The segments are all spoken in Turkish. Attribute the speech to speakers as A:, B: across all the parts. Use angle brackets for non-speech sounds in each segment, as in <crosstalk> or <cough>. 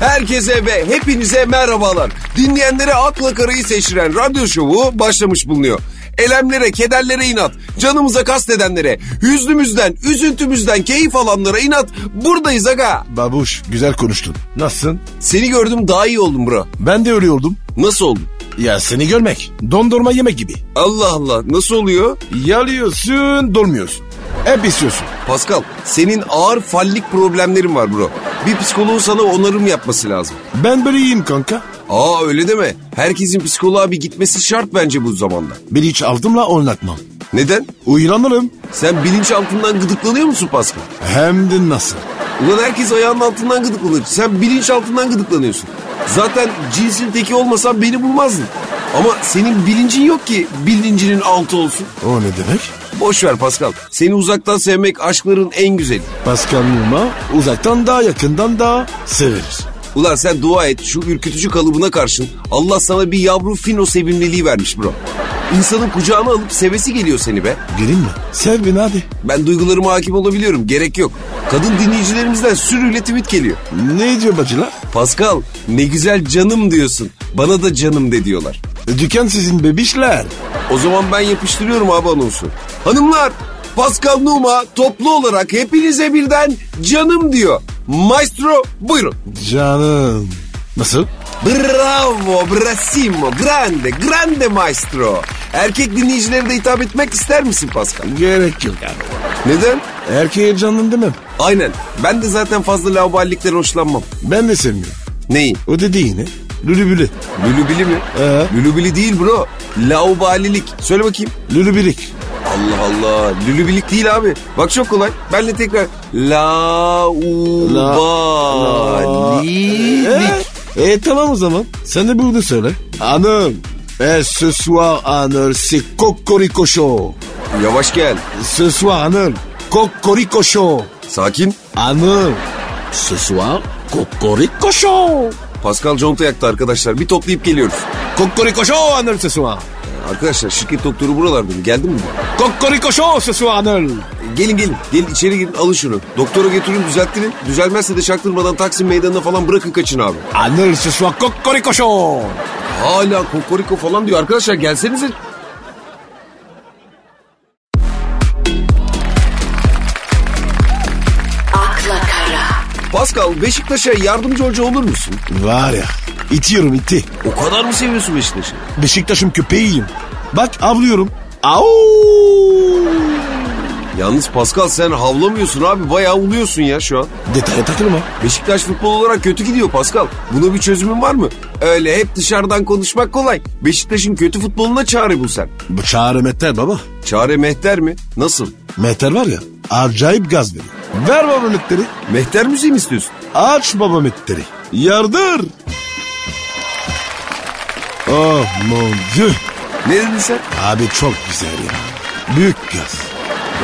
A: Herkese ve hepinize merhabalar. Dinleyenlere akla karayı seçiren radyo şovu başlamış bulunuyor. Elemlere, kederlere inat, canımıza kastedenlere, hüznümüzden, üzüntümüzden keyif alanlara inat buradayız aga.
B: Babuş güzel konuştun. Nasılsın?
A: Seni gördüm daha iyi oldum bro.
B: Ben de öyle oldum.
A: Nasıl oldun?
B: Ya seni görmek dondurma yemek gibi.
A: Allah Allah nasıl oluyor?
B: Yalıyorsun dolmuyorsun. Hep istiyorsun.
A: Pascal senin ağır fallik problemlerin var bro. Bir psikoloğun sana onarım yapması lazım.
B: Ben böyle iyiyim kanka.
A: Aa öyle deme. Herkesin psikoloğa bir gitmesi şart bence bu zamanda.
B: Ben hiç aldımla oynatmam.
A: Neden?
B: Uyulanırım.
A: Sen bilinç altından gıdıklanıyor musun Pascal?
B: Hem de nasıl.
A: Ulan herkes ayağının altından gıdıklanır. Sen bilinç altından gıdıklanıyorsun. Zaten cinsin teki olmasan beni bulmazdın. Ama senin bilincin yok ki bilincinin altı olsun.
B: O ne demek?
A: Boş ver Pascal. Seni uzaktan sevmek aşkların en güzeli.
B: Pascal Numa uzaktan da yakından da severiz.
A: Ulan sen dua et şu ürkütücü kalıbına karşın Allah sana bir yavru fino sevimliliği vermiş bro. İnsanın kucağına alıp sevesi geliyor seni be.
B: Gelin mi? Sev beni hadi.
A: Ben duygularıma hakim olabiliyorum gerek yok. Kadın dinleyicilerimizden sürüyle tweet geliyor.
B: Ne diyor bacılar?
A: Pascal ne güzel canım diyorsun. Bana da canım de diyorlar.
B: Dükkan sizin bebişler.
A: O zaman ben yapıştırıyorum abi anonsu. Hanımlar Pascal Numa toplu olarak hepinize birden canım diyor. Maestro buyurun.
B: Canım. Nasıl?
A: Bravo, brassimo, grande, grande maestro. Erkek dinleyicilere de hitap etmek ister misin Pascal?
B: Gerek yok yani.
A: Neden?
B: Erkeğe canım demem.
A: Aynen. Ben de zaten fazla laubalilikten hoşlanmam.
B: Ben de sevmiyorum.
A: Neyi?
B: O dediğini lülübülü.
A: Lülübili mi?
B: Ee?
A: Lülübili değil bro. Laubalilik. Söyle bakayım.
B: Lülübülük.
A: Allah Allah. Lülübilik değil abi. Bak çok kolay. Benle tekrar. Laubalilik.
B: E, e, tamam o zaman. Sen de bunu söyle. Hanım. E, ce soir hanım c'est Kokoriko Show.
A: Yavaş gel.
B: Ce soir hanım. Kokoriko Show.
A: Sakin.
B: Hanım. Ce soir Kokoriko Show.
A: Pascal conta yaktı arkadaşlar. Bir toplayıp geliyoruz.
B: Kokoriko Show hanım ce soir.
A: Arkadaşlar şirket doktoru buralarda mı? Geldi mi? bu?
B: Kokoriko Show ce soir hanım.
A: Gelin gelin. Gelin içeri girin alın şunu. Doktora götürün düzelttirin. Düzelmezse de çaktırmadan Taksim Meydanı'na falan bırakın kaçın abi.
B: Hanım ce soir Kokoriko Show.
A: Hala kokoriko falan diyor. Arkadaşlar gelsenize.
C: akla kara,
A: Pascal Beşiktaş'a yardımcı hoca olur musun?
B: Var ya. itiyorum iti.
A: O kadar mı seviyorsun Beşiktaş'ı?
B: Beşiktaş'ım köpeğiyim. Bak avlıyorum. Au!
A: Yalnız Pascal sen havlamıyorsun abi. Bayağı uluyorsun ya şu an.
B: Detaya takılma.
A: Beşiktaş futbol olarak kötü gidiyor Pascal. Buna bir çözümün var mı? Öyle hep dışarıdan konuşmak kolay. Beşiktaş'ın kötü futboluna çare bul sen.
B: Bu çağrı Mehter baba.
A: Çare mehter mi? Nasıl?
B: Mehter var ya acayip gaz veriyor. Ver baba mehteri.
A: Mehter müziği mi istiyorsun?
B: Aç baba mehteri. Yardır. Oh mon dieu.
A: Ne dedin sen?
B: Abi çok güzel ya. Büyük gaz.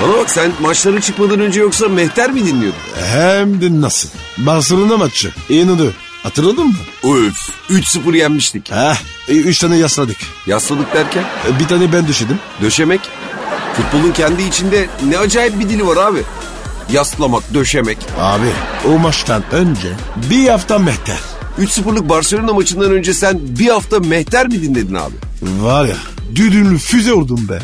A: Bana bak sen maçlara çıkmadan önce yoksa mehter mi dinliyordun?
B: Hem de nasıl. Barcelona maçı. İnönü. Hatırladın mı?
A: Öf 3-0 yenmiştik.
B: Heh. e, Üç tane yasladık.
A: Yasladık derken
B: E, Bir tane ben düşedim.
A: döşemek. Futbolun kendi içinde ne acayip bir dili var abi. Yaslamak, döşemek.
B: Abi o maçtan önce bir hafta mehter.
A: 3-0'lık Barcelona maçından önce sen bir hafta mehter mi dinledin abi?
B: Var ya düdünlü füze oldum be.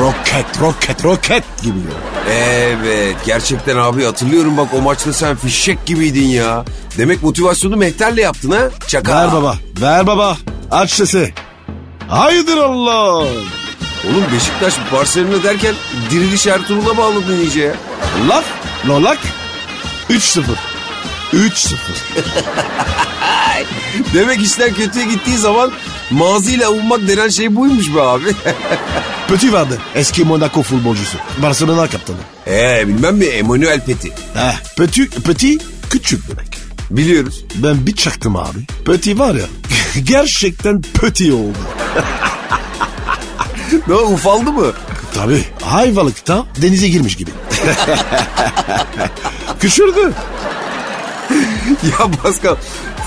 B: Roket roket roket gibi ya.
A: Evet gerçekten abi hatırlıyorum bak o maçta sen fişek gibiydin ya. Demek motivasyonu mehterle yaptın ha? Çaka.
B: Ver baba ver baba aç sesi. Haydır Allah.
A: Oğlum Beşiktaş Barcelona derken diriliş Ertuğrul'a bağladın iyice ya.
B: Laf lolak 3-0. 3-0.
A: Demek işler kötüye gittiği zaman maziyle avunmak denen şey buymuş be abi. <laughs>
B: Petit vardı eski Monaco futbolcusu. Barcelona kaptanı.
A: Ee bilmem mi Emmanuel Petit.
B: Heh, petit, petit küçük demek.
A: Biliyoruz. <laughs>
B: Ben bir çaktım abi. Petit var ya <laughs> gerçekten petit oldu.
A: Ne ufaldı mı? <laughs>
B: Tabii hayvalıkta denize girmiş gibi. <laughs> Küçüldü.
A: ya Pascal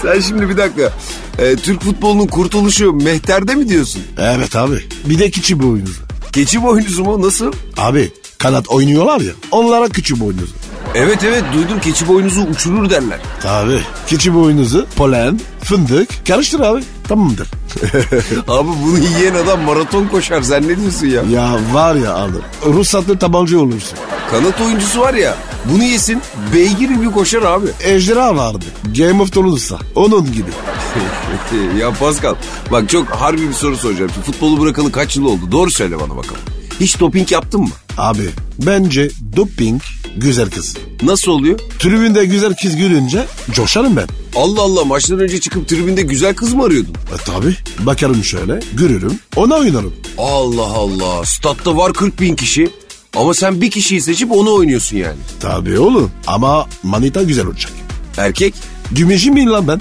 A: sen şimdi bir dakika. Ee, Türk futbolunun kurtuluşu Mehter'de mi diyorsun?
B: Evet abi. Bir de küçük boynuzlu.
A: Keçi boynuzu mu? Nasıl?
B: Abi kanat oynuyorlar ya. Onlara küçük boynuzlu.
A: Evet evet duydum keçi boynuzu uçurur derler. <laughs>
B: Tabii. Keçi boynuzu, polen, fındık karıştır abi. Tamamdır.
A: Abi bunu yiyen adam maraton koşar sen ne diyorsun ya?
B: Ya var ya Anıl. Ruhsatlı tabanca olursun.
A: Kanat oyuncusu var ya bunu yesin beygir gibi koşar abi.
B: Ejderha vardı. Game of Thrones'ta. Onun gibi.
A: <laughs> ya Pascal bak çok harbi bir soru soracağım. Şimdi futbolu bırakalı kaç yıl oldu doğru söyle bana bakalım. Hiç doping yaptın mı?
B: Abi bence doping güzel kız.
A: Nasıl oluyor?
B: Tribünde güzel kız görünce coşarım ben.
A: Allah Allah maçtan önce çıkıp tribünde güzel kız mı arıyordun?
B: E tabi. Bakarım şöyle, görürüm, ona oynarım.
A: Allah Allah statta var 40 bin kişi ama sen bir kişiyi seçip onu oynuyorsun yani.
B: Tabii oğlum ama manita güzel olacak.
A: Erkek <laughs>
B: Gümeci miyim lan ben?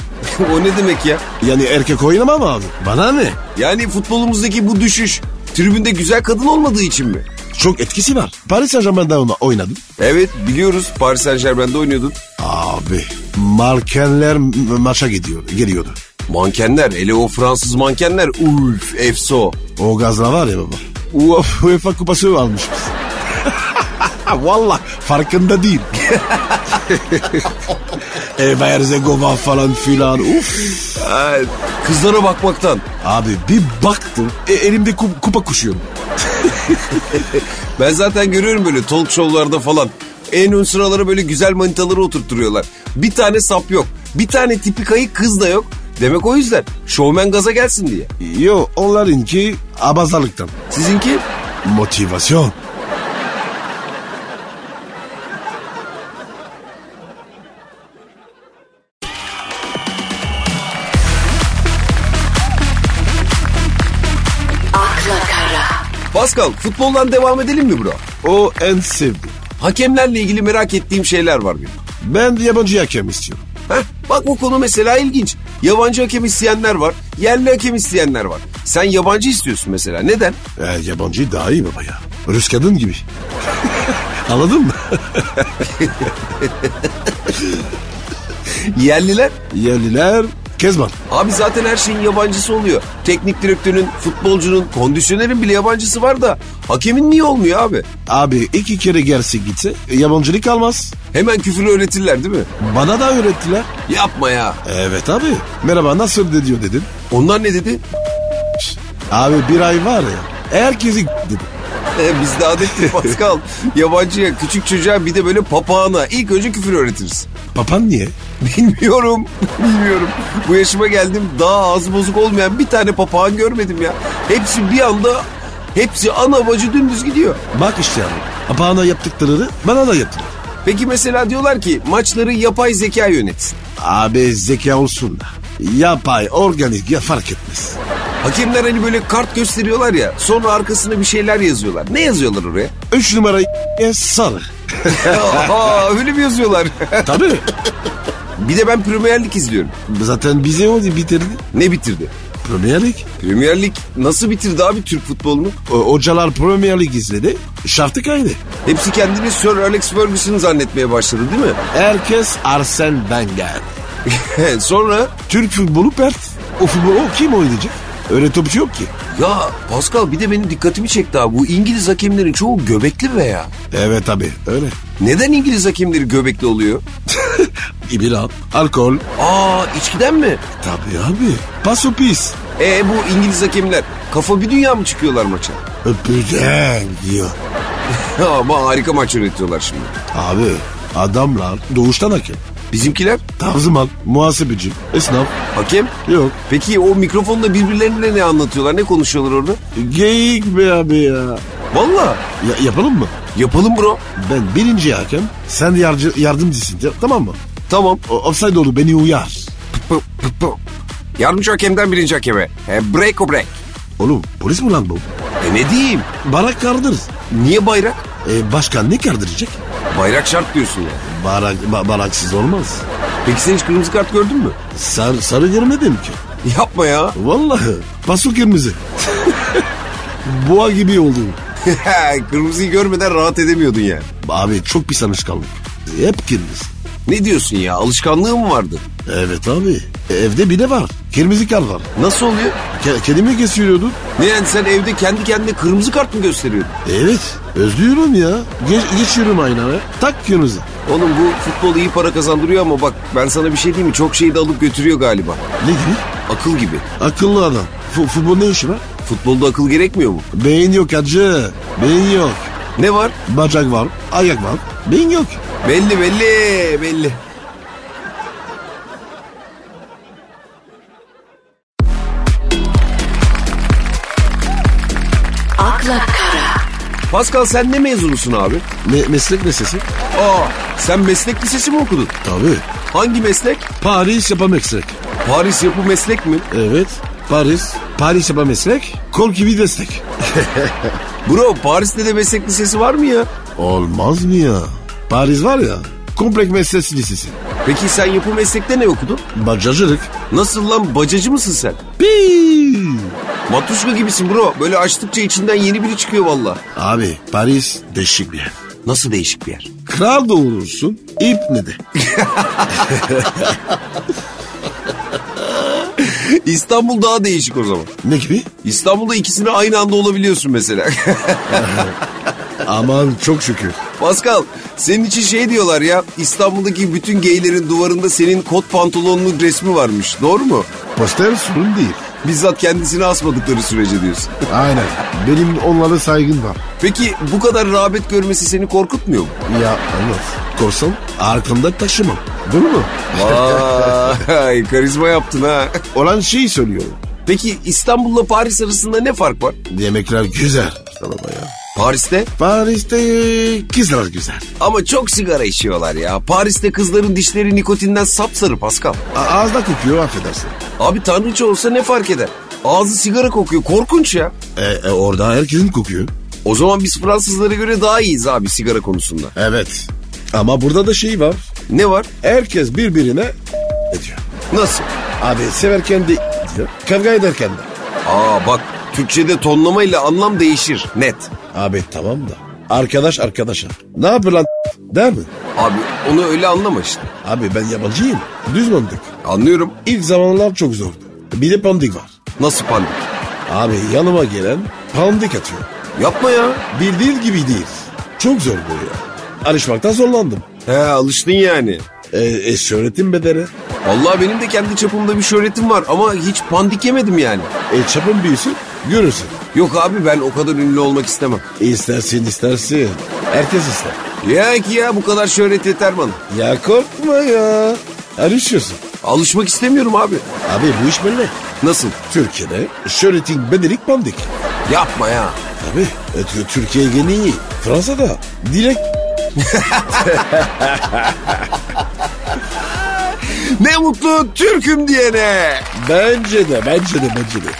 A: o ne demek ya?
B: Yani erkek oynamam abi. Bana ne?
A: Yani futbolumuzdaki bu düşüş tribünde güzel kadın olmadığı için mi?
B: Çok etkisi var. Paris Saint Germain'de ona oynadım.
A: Evet biliyoruz Paris Saint Germain'de oynuyordun.
B: Abi markenler ma- maça gidiyor, geliyordu.
A: Mankenler hele o Fransız mankenler uf efso.
B: O gazla var ya baba. Uf, UEFA kupası <laughs> almışız. Valla farkında değil. <laughs> e Berzegova falan filan. Uf.
A: Ha, kızlara bakmaktan.
B: Abi bir baktım e, elimde kup- kupa koşuyorum.
A: Ben zaten görüyorum böyle talk show'larda falan. En ön sıralara böyle güzel manitaları oturtturuyorlar. Bir tane sap yok. Bir tane tipi kayık kız da yok. Demek o yüzden. Şovmen gaza gelsin diye.
B: Yo onlarınki abazalıktan.
A: Sizinki?
B: Motivasyon.
C: akla kara,
A: Pascal futboldan devam edelim mi bro?
B: O en sevdiğim.
A: Hakemlerle ilgili merak ettiğim şeyler var benim.
B: Ben yabancı hakem istiyorum.
A: Heh, bak bu konu mesela ilginç. Yabancı hakem isteyenler var, yerli hakem isteyenler var. Sen yabancı istiyorsun mesela. Neden?
B: E, yabancı daha iyi baba ya. Rus kadın gibi. <laughs> Anladın mı?
A: Yerliler?
B: Yerliler Kezban.
A: Abi zaten her şeyin yabancısı oluyor. Teknik direktörün, futbolcunun, kondisyonerin bile yabancısı var da hakemin niye olmuyor abi?
B: Abi iki kere gelse gitse e, yabancılık kalmaz.
A: Hemen küfür öğretirler değil mi?
B: Bana da öğrettiler.
A: Yapma ya.
B: Evet abi. Merhaba nasıl de diyor dedim.
A: Onlar ne dedi?
B: Abi bir ay var ya. Herkesi dedi.
A: E, biz de adettir Pascal. Yabancıya, küçük çocuğa bir de böyle papağana ilk önce küfür öğretiriz.
B: Papan niye?
A: <laughs> Bilmiyorum, <laughs> bilmiyorum. Bu yaşıma geldim daha ağzı bozuk olmayan bir tane papağan görmedim ya. Hepsi bir anda, hepsi ana bacı dümdüz gidiyor.
B: Bak işte abi. Papağana yaptıklarını bana da yaptılar.
A: Peki mesela diyorlar ki maçları yapay zeka yönetsin.
B: Abi zeka olsun da. Yapay, organik ya fark etmez.
A: Hakemler hani böyle kart gösteriyorlar ya sonra arkasına bir şeyler yazıyorlar. Ne yazıyorlar oraya? <laughs>
B: Üç numara e, sarı.
A: Aa, öyle mi yazıyorlar?
B: <laughs>
A: <laughs>
B: Tabii.
A: bir de ben Premier Lig izliyorum.
B: Zaten bize o bitirdi.
A: Ne bitirdi?
B: Premier Lig.
A: Premier Lig nasıl bitirdi abi Türk futbolunu?
B: O- Hocalar Premier Lig izledi. Şaftı kaydı.
A: Hepsi kendini Sir Alex Ferguson zannetmeye başladı değil mi?
B: Herkes Arsene Wenger.
A: <laughs> sonra
B: Türk futbolu pert. O futbolu kim oynayacak? Öyle topçu yok ki.
A: Ya Pascal bir de benim dikkatimi çekti abi. Bu İngiliz hakemlerin çoğu göbekli be ya.
B: Evet tabi öyle.
A: Neden İngiliz hakemleri göbekli oluyor?
B: İbira, alkol.
A: Aa içkiden mi?
B: Tabi abi. Paso pis.
A: E bu İngiliz hakemler kafa bir dünya mı çıkıyorlar maça? <laughs>
B: Öpeceğim diyor.
A: Ama harika maç yönetiyorlar şimdi.
B: Abi adamlar doğuştan hakem.
A: Bizimkiler
B: Tavzıman, muhasebeci, esnaf.
A: hakem.
B: Yok.
A: Peki o mikrofonla birbirlerine ne anlatıyorlar? Ne konuşuyorlar orada?
B: Geyik be abi ya.
A: Valla
B: Ya- yapalım mı?
A: yapalım bro.
B: Ben birinci hakem, sen yarcı, yardımcısın ya- tamam mı?
A: Tamam.
B: O, offside oldu beni uyar.
A: Pı, pı, pı. Yardımcı hakemden birinci hakeme. He, break o break.
B: Oğlum polis mi lan bu?
A: E ne diyeyim?
B: Barak kardır.
A: Niye bayrak?
B: E, başkan ne kardıracak?
A: Bayrak şart diyorsun ya.
B: Barak, ba- baraksız olmaz.
A: Peki sen hiç kırmızı kart gördün mü? <laughs>
B: Sar, sarı görmedim ki.
A: Yapma ya. <laughs>
B: Vallahi paso kırmızı. <laughs> Boğa gibi oldum.
A: Kırmızıyı görmeden rahat edemiyordun yani.
B: Abi çok pis alışkanlık. Hep kırmızı.
A: Ne diyorsun ya alışkanlığı mı vardı?
B: Evet abi. e, Evde bir de var. Kırmızı kar var.
A: Nasıl oluyor?
B: Ke- kedimi kesiyordun.
A: Ne yani sen evde kendi kendine kırmızı kart mı gösteriyordun?
B: Evet. Özlüyorum ya. Ge- geçiyorum aynaya. Tak kırmızı.
A: Oğlum bu futbol iyi para kazandırıyor ama bak ben sana bir şey diyeyim mi? Çok şeyi de alıp götürüyor galiba.
B: Ne gibi?
A: Akıl gibi.
B: Akıllı adam. Fu- futbol ne işi var?
A: Futbolda akıl gerekmiyor mu?
B: Beyin yok hacı. Beyin yok.
A: Ne var?
B: Bacak var, ayak var. Beyin yok.
A: Belli belli belli.
C: akla kara,
A: Pascal sen ne mezunusun abi?
B: Me- meslek meselesi.
A: Aa sen meslek lisesi mi okudun?
B: Tabii.
A: Hangi meslek?
B: Paris yapan meslek.
A: Paris yapı meslek mi?
B: Evet. Paris. Paris yapan meslek. Kol gibi destek.
A: Bro Paris'te de meslek lisesi var mı ya?
B: Olmaz mı ya? Paris var ya. Komplek meslek lisesi.
A: Peki sen yapı meslekte ne okudun?
B: Bacacılık.
A: Nasıl lan bacacı mısın sen?
B: Pii.
A: Matuşka gibisin bro. Böyle açtıkça içinden yeni biri çıkıyor valla.
B: Abi Paris değişik bir yer.
A: Nasıl değişik bir yer.
B: Kral doğurursun. ip ne de.
A: <laughs> İstanbul daha değişik o zaman.
B: Ne gibi?
A: İstanbul'da ikisini aynı anda olabiliyorsun mesela. <laughs>
B: Aman çok şükür.
A: Pascal senin için şey diyorlar ya İstanbul'daki bütün geylerin duvarında senin kot pantolonunun resmi varmış. Doğru mu?
B: Poster sorun değil.
A: Bizzat kendisini asmadıkları sürece diyorsun.
B: Aynen. Benim onlara saygım var.
A: Peki bu kadar rağbet görmesi seni korkutmuyor <laughs> mu?
B: Ya anlat. Korsan arkamda taşımam. Bunu mu?
A: Vay karizma yaptın ha.
B: Olan şeyi söylüyorum.
A: Peki İstanbul'la Paris arasında ne fark var?
B: Yemekler güzel. Salama ya.
A: Paris'te
B: Paris'te kızlar güzel.
A: ama çok sigara içiyorlar ya. Paris'te kızların dişleri nikotinden sapsarı Pascal.
B: A- ağızda kokuyor affedersin.
A: Abi tanrıça olsa ne fark eder? Ağzı sigara kokuyor korkunç ya.
B: E, e, orada herkesin kokuyor.
A: O zaman biz Fransızlara göre daha iyiyiz abi sigara konusunda.
B: Evet. Ama burada da şey var.
A: Ne var?
B: Herkes birbirine ediyor.
A: Nasıl?
B: Abi severken de diyor. Kavga ederken de.
A: Aa bak Türkçe'de tonlamayla anlam değişir net.
B: Abi tamam da. Arkadaş arkadaşa. Ne yapıyor lan der mi?
A: Abi onu öyle anlama işte.
B: Abi ben yabancıyım. Düz mantık.
A: Anlıyorum.
B: İlk zamanlar çok zordu. Bir de pandik var.
A: Nasıl pandik?
B: Abi yanıma gelen pandik atıyor.
A: Yapma ya.
B: Bildiğin gibi değil. Çok zor bu ya. Alışmaktan zorlandım.
A: He alıştın yani.
B: E, e şöhretin bedeli.
A: Allah benim de kendi çapımda bir şöhretim var ama hiç pandik yemedim yani.
B: E çapın büyüsün görürsün.
A: Yok abi ben o kadar ünlü olmak istemem.
B: İstersin istersin. Herkes ister.
A: Ya ki ya bu kadar şöhret yeter bana.
B: Ya korkma ya. Alışıyorsun.
A: Alışmak istemiyorum abi.
B: Abi bu iş böyle.
A: Nasıl?
B: Türkiye'de şöhretin bedeli pandik.
A: Yapma ya.
B: Tabi. E, Tü- Türkiye gene iyi. Fransa'da direkt
A: Ne mutlu Türk'üm diyene.
B: bence de bence de bence de.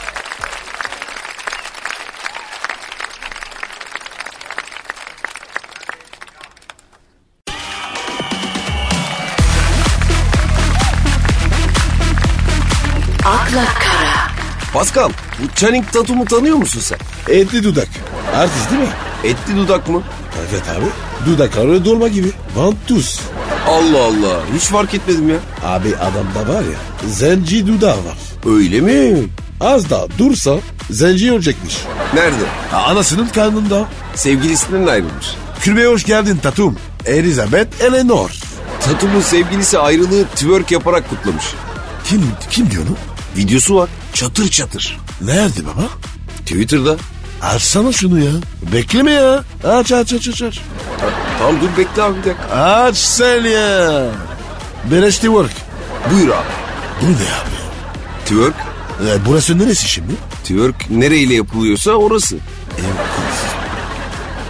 C: akla kara,
A: Pascal bu Channing Tatum'u tanıyor musun sen?
B: Etli dudak. Artist değil mi?
A: Etli dudak mı?
B: Evet abi. Dudakları dolma gibi. Vantuz.
A: Allah Allah hiç fark etmedim ya.
B: Abi adamda var ya zenci dudağı var.
A: Öyle mi?
B: Az daha dursa zenci ölecekmiş.
A: Nerede?
B: Ha, Anasının karnında.
A: Sevgilisinden ayrılmış.
B: Kürbeye hoş geldin Tatum. Elizabeth Eleanor.
A: Tatum'un sevgilisi ayrılığı twerk yaparak kutlamış.
B: Kim kim diyor onu?
A: Videosu var çatır çatır.
B: Nerede baba?
A: Twitter'da.
B: Açsana şunu ya. Bekleme ya. Aç aç aç aç. Aç,
A: Tamam dur bekle abi bir dakika.
B: aç sen ya. Beleş work.
A: Buyur abi.
B: Bu ne abi?
A: Twerk.
B: E, burası neresi şimdi?
A: Twerk nereyle yapılıyorsa orası.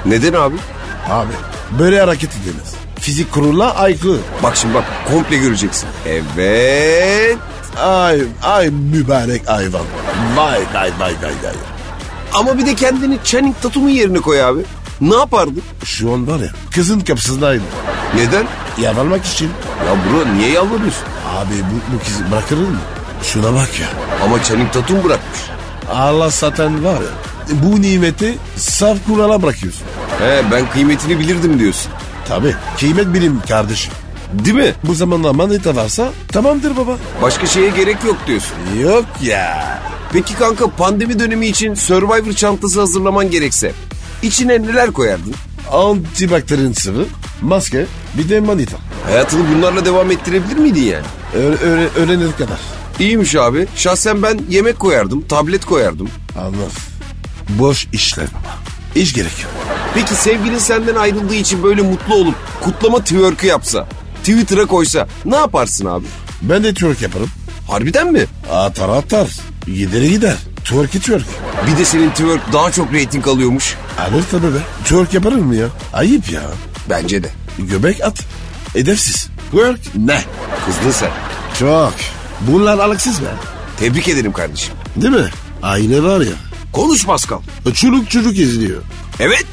A: Neden abi?
B: Abi böyle hareket edemez. Fizik kurula aykırı.
A: Bak şimdi bak komple göreceksin. Evet.
B: Ay, ay mübarek hayvan. Vay vay vay vay vay.
A: Ama bir de kendini Channing Tatum'un yerine koy abi. Ne yapardın?
B: Şu an var ya kızın kapısındaydı.
A: Neden?
B: Yavalmak için.
A: Ya bro niye yalvarıyorsun?
B: Abi bu, bu kızı bırakır mı? Şuna bak ya.
A: Ama Channing Tatum bırakmış.
B: Allah zaten var ya. Bu nimeti saf Kur'an'a bırakıyorsun.
A: He ben kıymetini bilirdim diyorsun.
B: Tabi kıymet bilim kardeşim.
A: Değil mi?
B: Bu zamanda manita varsa tamamdır baba.
A: Başka şeye gerek yok diyorsun.
B: Yok ya.
A: Peki kanka pandemi dönemi için Survivor çantası hazırlaman gerekse içine neler koyardın?
B: antibakterinin sıvı, maske, bir de manita.
A: Hayatını bunlarla devam ettirebilir miydin yani?
B: Öyle, öyle, öğlenene kadar.
A: İyiymiş abi. Şahsen ben yemek koyardım, tablet koyardım.
B: Anlat. Boş işler baba. İş gerek yok.
A: Peki sevgilin senden ayrıldığı için böyle mutlu olup kutlama twerk'ı yapsa, Twitter'a koysa ne yaparsın abi?
B: Ben de twerk yaparım.
A: Harbiden mi?
B: Atar atar. Gideri gider. Twerk'i twerk.
A: Bir de senin twerk daha çok reyting alıyormuş.
B: Alır tabii be. Twerk yaparım mı ya? Ayıp ya.
A: Bence de.
B: Göbek at. Edepsiz. Twerk ne?
A: Kızdın sen.
B: Çok. Bunlar alaksız be.
A: Tebrik ederim kardeşim.
B: Değil mi? Aile var ya.
A: Konuş Pascal.
B: Çocuk çocuk izliyor.
A: Evet.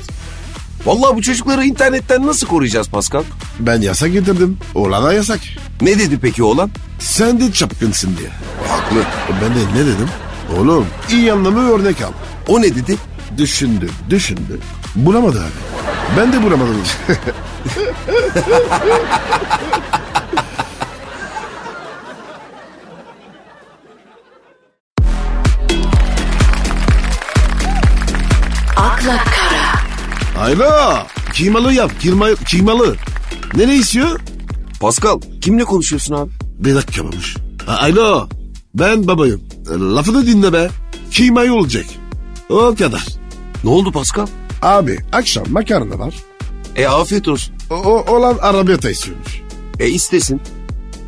A: Vallahi bu çocukları internetten nasıl koruyacağız Pascal?
B: Ben yasak getirdim. Oğlana yasak.
A: Ne dedi peki oğlan?
B: Sen de çapkınsın diye.
A: Haklı.
B: Ben de ne dedim? Oğlum iyi anlamı örnek al.
A: O ne dedi?
B: Düşündü, düşündü. Bulamadı abi. Ben de bulamadım.
C: <laughs> akla kara,
B: Ayla! Kimalı yap, kima, kimalı. Ne ne istiyor?
A: Pascal kimle konuşuyorsun abi?
B: Bir dakika babuş. A- Alo, ben babayım. E, Lafını dinle be. Kimayı olacak. O kadar.
A: Ne oldu Pascal?
B: Abi akşam makarna var.
A: E afiyet olsun.
B: O, o- olan arabiyata istiyormuş.
A: E istesin.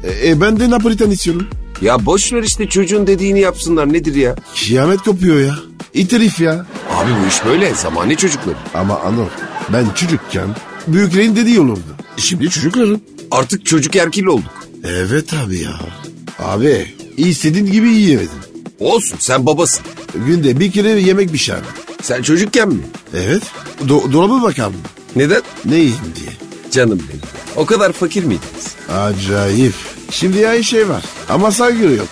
B: E, e, ben de Napolitan istiyorum.
A: Ya boş ver işte çocuğun dediğini yapsınlar nedir ya?
B: Kıyamet kopuyor ya. İtirif ya.
A: Abi bu iş böyle zamane çocukları.
B: Ama Anıl ben çocukken büyüklerin dediği olurdu. Şimdi çocukların.
A: E Artık çocuk erkil olduk.
B: Evet abi ya. Abi istediğin gibi yiyemedin.
A: Olsun sen babasın.
B: Günde bir kere yemek bir şey.
A: Sen çocukken mi?
B: Evet. Do dolaba bakar mı?
A: Neden?
B: Ne yiyeyim diye.
A: Canım benim. O kadar fakir miydiniz?
B: Acayip. Şimdi aynı şey var. Ama saygı yok.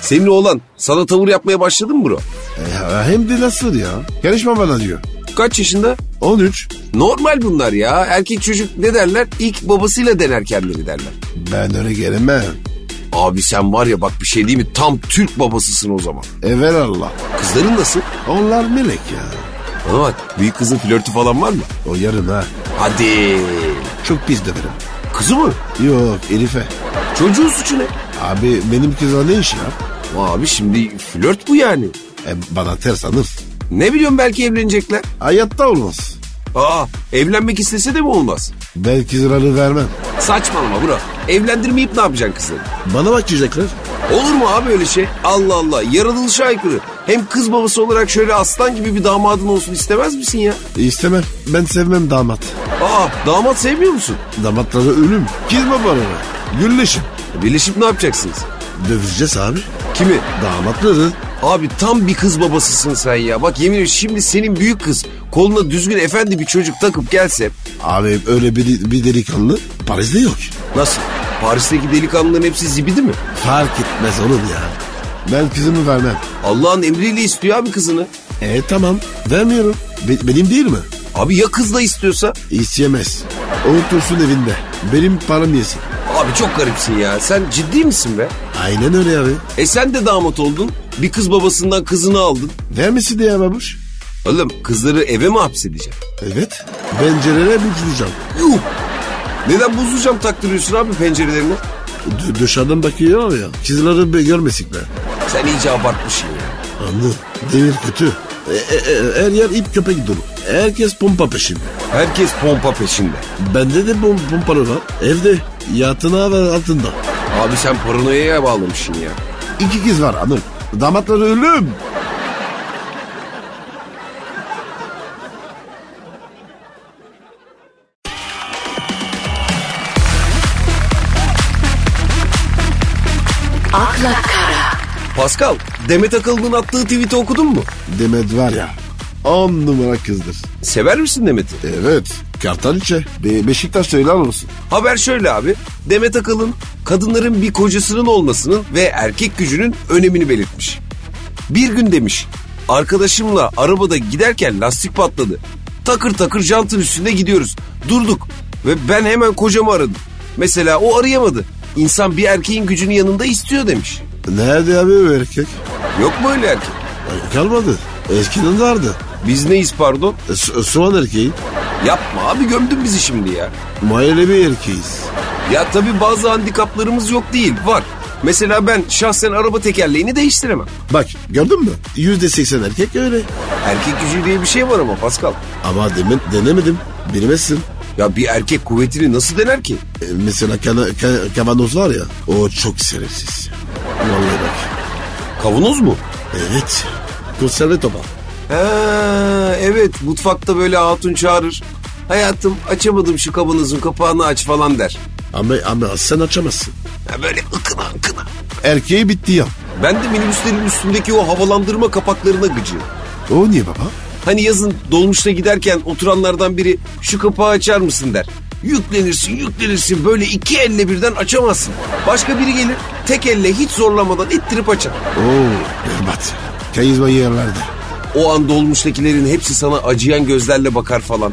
A: Senin oğlan sana tavır yapmaya başladı mı bro?
B: E, ya hem de nasıl ya? Karışma bana diyor.
A: Kaç yaşında?
B: 13.
A: Normal bunlar ya. Erkek çocuk ne derler? İlk babasıyla dener kendileri derler.
B: Ben öyle gelemem.
A: Abi sen var ya bak bir şey değil mi? Tam Türk babasısın o zaman.
B: Evel Allah.
A: Kızların nasıl?
B: Onlar melek ya.
A: Bana bak büyük kızın flörtü falan var mı?
B: O yarın ha.
A: Hadi.
B: Çok pis döverim.
A: Kızı mı?
B: Yok Elif'e.
A: Çocuğun suçu ne?
B: Abi benim kıza ne iş ya?
A: Abi şimdi flört bu yani.
B: E, bana ters alır.
A: Ne biliyorum belki evlenecekler.
B: Hayatta olmaz.
A: Aa evlenmek istese de mi olmaz?
B: Ben kızları vermem.
A: Saçmalama bro. Evlendirmeyip ne yapacaksın kızları?
B: Bana bak çocuklar.
A: Olur mu abi öyle şey? Allah Allah yaratılışa aykırı. Hem kız babası olarak şöyle aslan gibi bir damadın olsun istemez misin ya?
B: İstemem. Ben sevmem damat.
A: Aa damat sevmiyor musun?
B: Damatları ölüm. Kız babaları. Gülleşim.
A: Birleşip ne yapacaksınız?
B: Döveceğiz abi.
A: Kimi?
B: Damatları.
A: Abi tam bir kız babasısın sen ya. Bak yemin ediyorum şimdi senin büyük kız koluna düzgün efendi bir çocuk takıp gelse.
B: Abi öyle bir, bir delikanlı Paris'te yok.
A: Nasıl? Paris'teki delikanlıların hepsi zibidi mi?
B: Fark etmez oğlum ya. Ben kızımı vermem.
A: Allah'ın emriyle istiyor abi kızını.
B: E tamam vermiyorum. Be- benim değil mi?
A: Abi ya kız da istiyorsa?
B: İsteyemez. O Otursun evinde. Benim param yesin.
A: Abi çok garipsin ya. Sen ciddi misin be?
B: Aynen öyle abi.
A: E sen de damat oldun. Bir kız babasından kızını aldın.
B: Vermesi diye babuş.
A: Oğlum kızları eve mi hapsedeceksin?
B: Evet. Pencerelere buzlayacağım.
A: Yuh! Neden buzlu cam taktırıyorsun abi pencerelerine?
B: D- dışarıdan bakıyor ya. Kızları bir görmesinler.
A: Sen iyice abartmışsın ya.
B: Anladın. Devir kötü. E, e, e, her yer ip köpek dolu. Herkes pompa peşinde.
A: Herkes pompa peşinde.
B: Bende de pom pompalı var. Evde. Yatına ve altında.
A: Abi sen paranoyaya bağlamışsın ya.
B: İki kız var anıl. Damatları ölüm.
C: akla kara,
A: Pascal, Demet Akalın'ın attığı tweet'i okudun mu?
B: Demet var ya. On numara kızdır.
A: Sever misin Demet'i?
B: Evet. Kartaliçe. Be Beşiktaş helal olsun.
A: Haber şöyle abi. Demet Akalın kadınların bir kocasının olmasının ve erkek gücünün önemini belirtmiş. Bir gün demiş arkadaşımla arabada giderken lastik patladı. Takır takır jantın üstünde gidiyoruz. Durduk ve ben hemen kocamı aradım. Mesela o arayamadı. İnsan bir erkeğin gücünü yanında istiyor demiş.
B: Nerede abi o erkek?
A: Yok mu öyle erkek?
B: Ay, Kalmadı. Eskiden vardı.
A: Biz neyiz pardon?
B: E, so- soğan erkeği.
A: Yapma abi gömdün bizi şimdi ya.
B: Mahalleli bir erkeğiz.
A: Ya tabii bazı handikaplarımız yok değil var. Mesela ben şahsen araba tekerleğini değiştiremem.
B: Bak gördün mü? Yüzde seksen erkek öyle.
A: Erkek gücü diye bir şey var ama Pascal.
B: Ama deme, denemedim. Bilmezsin.
A: Ya bir erkek kuvvetini nasıl dener ki?
B: E, mesela kana, ka- kavanoz var ya. O çok serefsiz. Vallahi bak.
A: Kavanoz mu?
B: Evet. Konserve tabağı.
A: Ha, evet mutfakta böyle hatun çağırır. Hayatım açamadım şu kabanızın kapağını aç falan der.
B: Ama, ama sen açamazsın.
A: Ya böyle ıkına ıkına.
B: Erkeği bitti ya.
A: Ben de minibüslerin üstündeki o havalandırma kapaklarına gıcığım.
B: O niye baba?
A: Hani yazın dolmuşta giderken oturanlardan biri şu kapağı açar mısın der. Yüklenirsin yüklenirsin böyle iki elle birden açamazsın. Başka biri gelir tek elle hiç zorlamadan ittirip açar.
B: Oo berbat. Kayızma yerlerde.
A: O an dolmuştakilerin hepsi sana acıyan gözlerle bakar falan.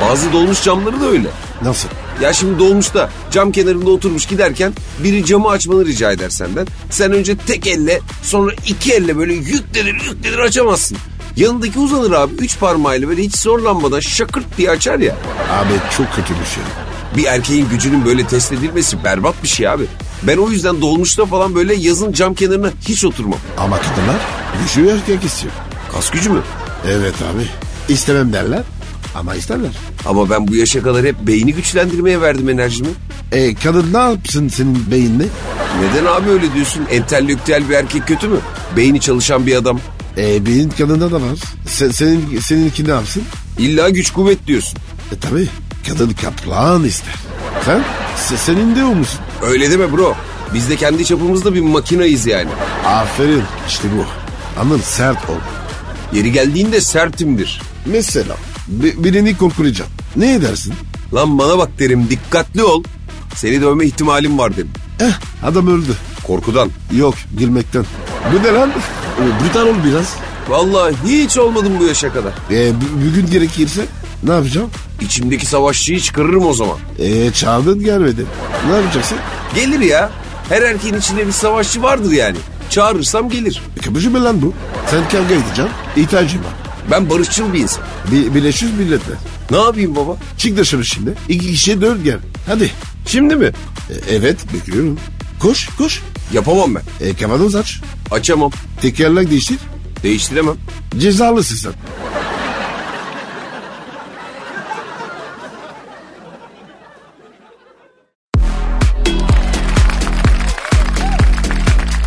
A: Bazı dolmuş camları da öyle.
B: Nasıl?
A: Ya şimdi dolmuşta cam kenarında oturmuş giderken biri camı açmanı rica eder senden. Sen önce tek elle sonra iki elle böyle yüklenir yüklenir açamazsın. Yanındaki uzanır abi üç parmağıyla böyle hiç zorlanmadan şakırt diye açar ya.
B: Abi çok kötü bir şey.
A: Bir erkeğin gücünün böyle test edilmesi berbat bir şey abi. Ben o yüzden dolmuşta falan böyle yazın cam kenarına hiç oturmam.
B: Ama kadınlar güçlü erkek istiyor.
A: Kas gücü mü?
B: Evet abi. İstemem derler ama isterler.
A: Ama ben bu yaşa kadar hep beyni güçlendirmeye verdim enerjimi.
B: E kadın ne yapsın senin beyinle?
A: Neden abi öyle diyorsun? Entelektüel bir erkek kötü mü? Beyni çalışan bir adam.
B: E beyin kadında da var. Sen, senin, seninki ne yapsın?
A: İlla güç kuvvet diyorsun.
B: E tabi kadın kaplan ister. Sen? se- senin de o musun?
A: Öyle deme bro. Biz de kendi çapımızda bir makinayız yani.
B: Aferin işte bu. Anladın sert ol.
A: Yeri geldiğinde sertimdir.
B: Mesela bi- birini korkulayacaksın. Ne edersin?
A: Lan bana bak derim dikkatli ol. Seni dövme ihtimalim var derim.
B: Eh adam öldü.
A: Korkudan.
B: Yok gülmekten. Bu ne lan? E, Brutal ol biraz.
A: Vallahi hiç olmadım bu yaşa kadar.
B: E, bu- bugün gerekirse ne yapacağım?
A: İçimdeki savaşçıyı çıkarırım o zaman.
B: E, çağırdın gelmedi. Ne yapacaksın?
A: Gelir ya. Her erkeğin içinde bir savaşçı vardır yani. Çağırırsam gelir.
B: E, kapıcı mı lan bu? Sen kavga edeceksin. İhtiyacım var.
A: Ben barışçıl bir insan.
B: Bir, birleşiyoruz milletle.
A: Ne yapayım baba?
B: Çık dışarı şimdi. İki kişiye dört gel. Hadi.
A: Şimdi mi?
B: E, evet bekliyorum. Koş koş.
A: Yapamam ben.
B: E, kavanoz aç.
A: Açamam.
B: Tekerlek değiştir.
A: Değiştiremem.
B: Cezalısın sen.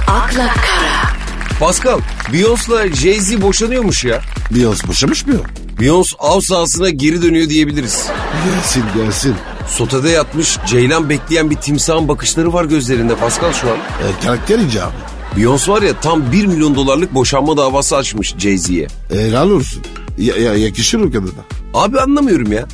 C: akla kara,
A: Pascal, Beyoncé'la Jay-Z boşanıyormuş ya.
B: Biraz boşamış mı? o?
A: Beyoncé av sahasına geri dönüyor diyebiliriz.
B: Gelsin gelsin.
A: Sotede yatmış, ceylan bekleyen bir timsahın bakışları var gözlerinde Pascal şu an.
B: E, karakter icabı.
A: Beyoncé var ya tam 1 milyon dolarlık boşanma davası açmış Jay-Z'ye.
B: E, helal olsun. Ya, ya, yakışır o kadına.
A: Abi anlamıyorum ya.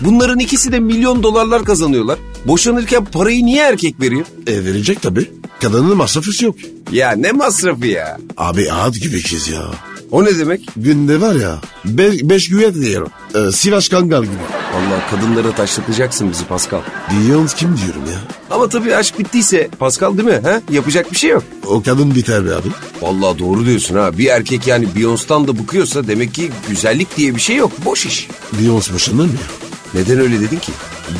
A: Bunların ikisi de milyon dolarlar kazanıyorlar. Boşanırken parayı niye erkek veriyor?
B: E, verecek tabii. Kadının masrafı yok.
A: Ya ne masrafı ya?
B: Abi ağat gibi kız ya.
A: O ne demek?
B: Günde var ya be, beş güvet diyorum. E, Sivas Kangal gibi.
A: Allah kadınlara taşlatacaksın bizi Pascal.
B: Diyon kim diyorum ya.
A: Ama tabii aşk bittiyse Pascal değil mi? He? Yapacak bir şey yok.
B: O kadın biter be abi.
A: Vallahi doğru diyorsun ha. Bir erkek yani Beyoncé'dan da bıkıyorsa demek ki güzellik diye bir şey yok. Boş iş.
B: Beyoncé boşanır mı ya?
A: Neden öyle dedin ki?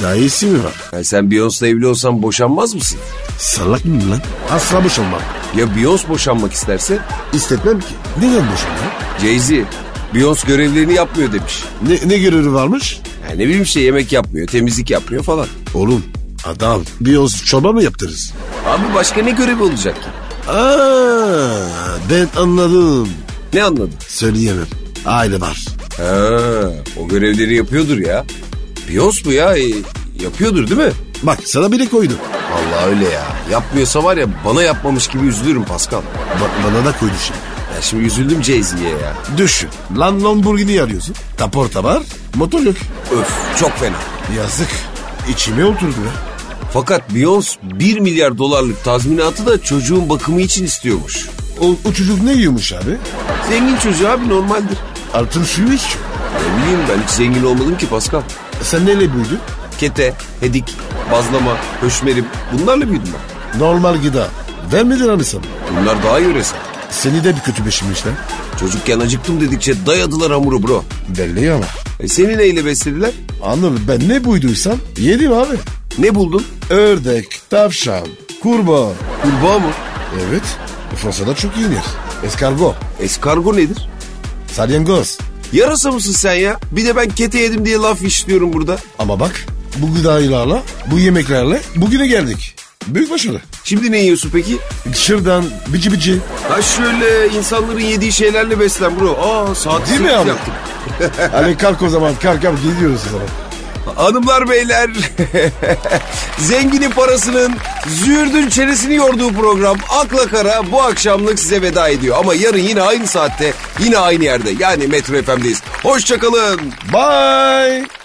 B: Daha iyisi mi var?
A: Yani sen Beyoncé'la evli olsan boşanmaz mısın?
B: Salak mı lan? Asla boşanmam.
A: Ya Beyoncé boşanmak isterse?
B: İstetmem ki. Neden boşanmam?
A: Jay-Z, Beyoncé görevlerini yapmıyor demiş.
B: Ne, ne görürü varmış?
A: Yani ne bileyim şey yemek yapmıyor, temizlik yapmıyor falan.
B: Oğlum adam Beyoncé çorba mı yaptırırız?
A: Abi başka ne görevi olacak ki?
B: Aa, ben anladım.
A: Ne anladın?
B: Söyleyemem. Aile var.
A: Ha, o görevleri yapıyordur ya. Beyoncé bu ya, e, yapıyordur değil mi?
B: Bak sana bile koydum.
A: Vallahi öyle ya. Yapmıyorsa var ya bana yapmamış gibi üzülürüm Pascal.
B: Ba- bana da koydu şimdi.
A: Ya şimdi üzüldüm Jay-Z'ye ya.
B: Düşün. Lan Lamborghini arıyorsun. Taporta var, motor yok.
A: Öf çok fena.
B: Yazık. İçime oturdu ya.
A: Fakat Beyoncé 1 milyar dolarlık tazminatı da çocuğun bakımı için istiyormuş.
B: O, o çocuk ne yiyormuş abi?
A: Zengin çocuğu abi normaldir.
B: Altın suyu içiyor.
A: Ne bileyim ben hiç zengin olmadım ki Pascal.
B: Sen neyle büyüdün?
A: Kete, hedik, bazlama, höşmerim bunlarla büyüdüm ben.
B: Normal gıda. Vermediler mi sana?
A: Bunlar daha yöresel.
B: Seni de bir kötü beşinmişler.
A: Çocukken acıktım dedikçe dayadılar hamuru bro.
B: Belli ama.
A: E seni neyle beslediler?
B: Anıl ben ne buyduysam yedim abi.
A: Ne buldun?
B: Ördek, tavşan, kurbağa.
A: Kurbağa mı?
B: Evet. Fransa'da çok yenir. Eskargo,
A: Eskargo nedir?
B: salyangoz.
A: Yarasa mısın sen ya? Bir de ben kete yedim diye laf işliyorum burada.
B: Ama bak bu gıdalarla, bu yemeklerle bugüne geldik. Büyük başarı.
A: Şimdi ne yiyorsun peki?
B: Şırdan, bici bici.
A: Ha şöyle insanların yediği şeylerle beslen bro. Aa saat
B: Değil mi
A: sekiz
B: abi?
A: yaptım.
B: Hani kalk o zaman, kalk kalk gidiyoruz o zaman.
A: Hanımlar beyler <laughs> zenginin parasının züğürdün çenesini yorduğu program Akla Kara bu akşamlık size veda ediyor. Ama yarın yine aynı saatte yine aynı yerde yani Metro FM'deyiz. Hoşçakalın.
B: Bye.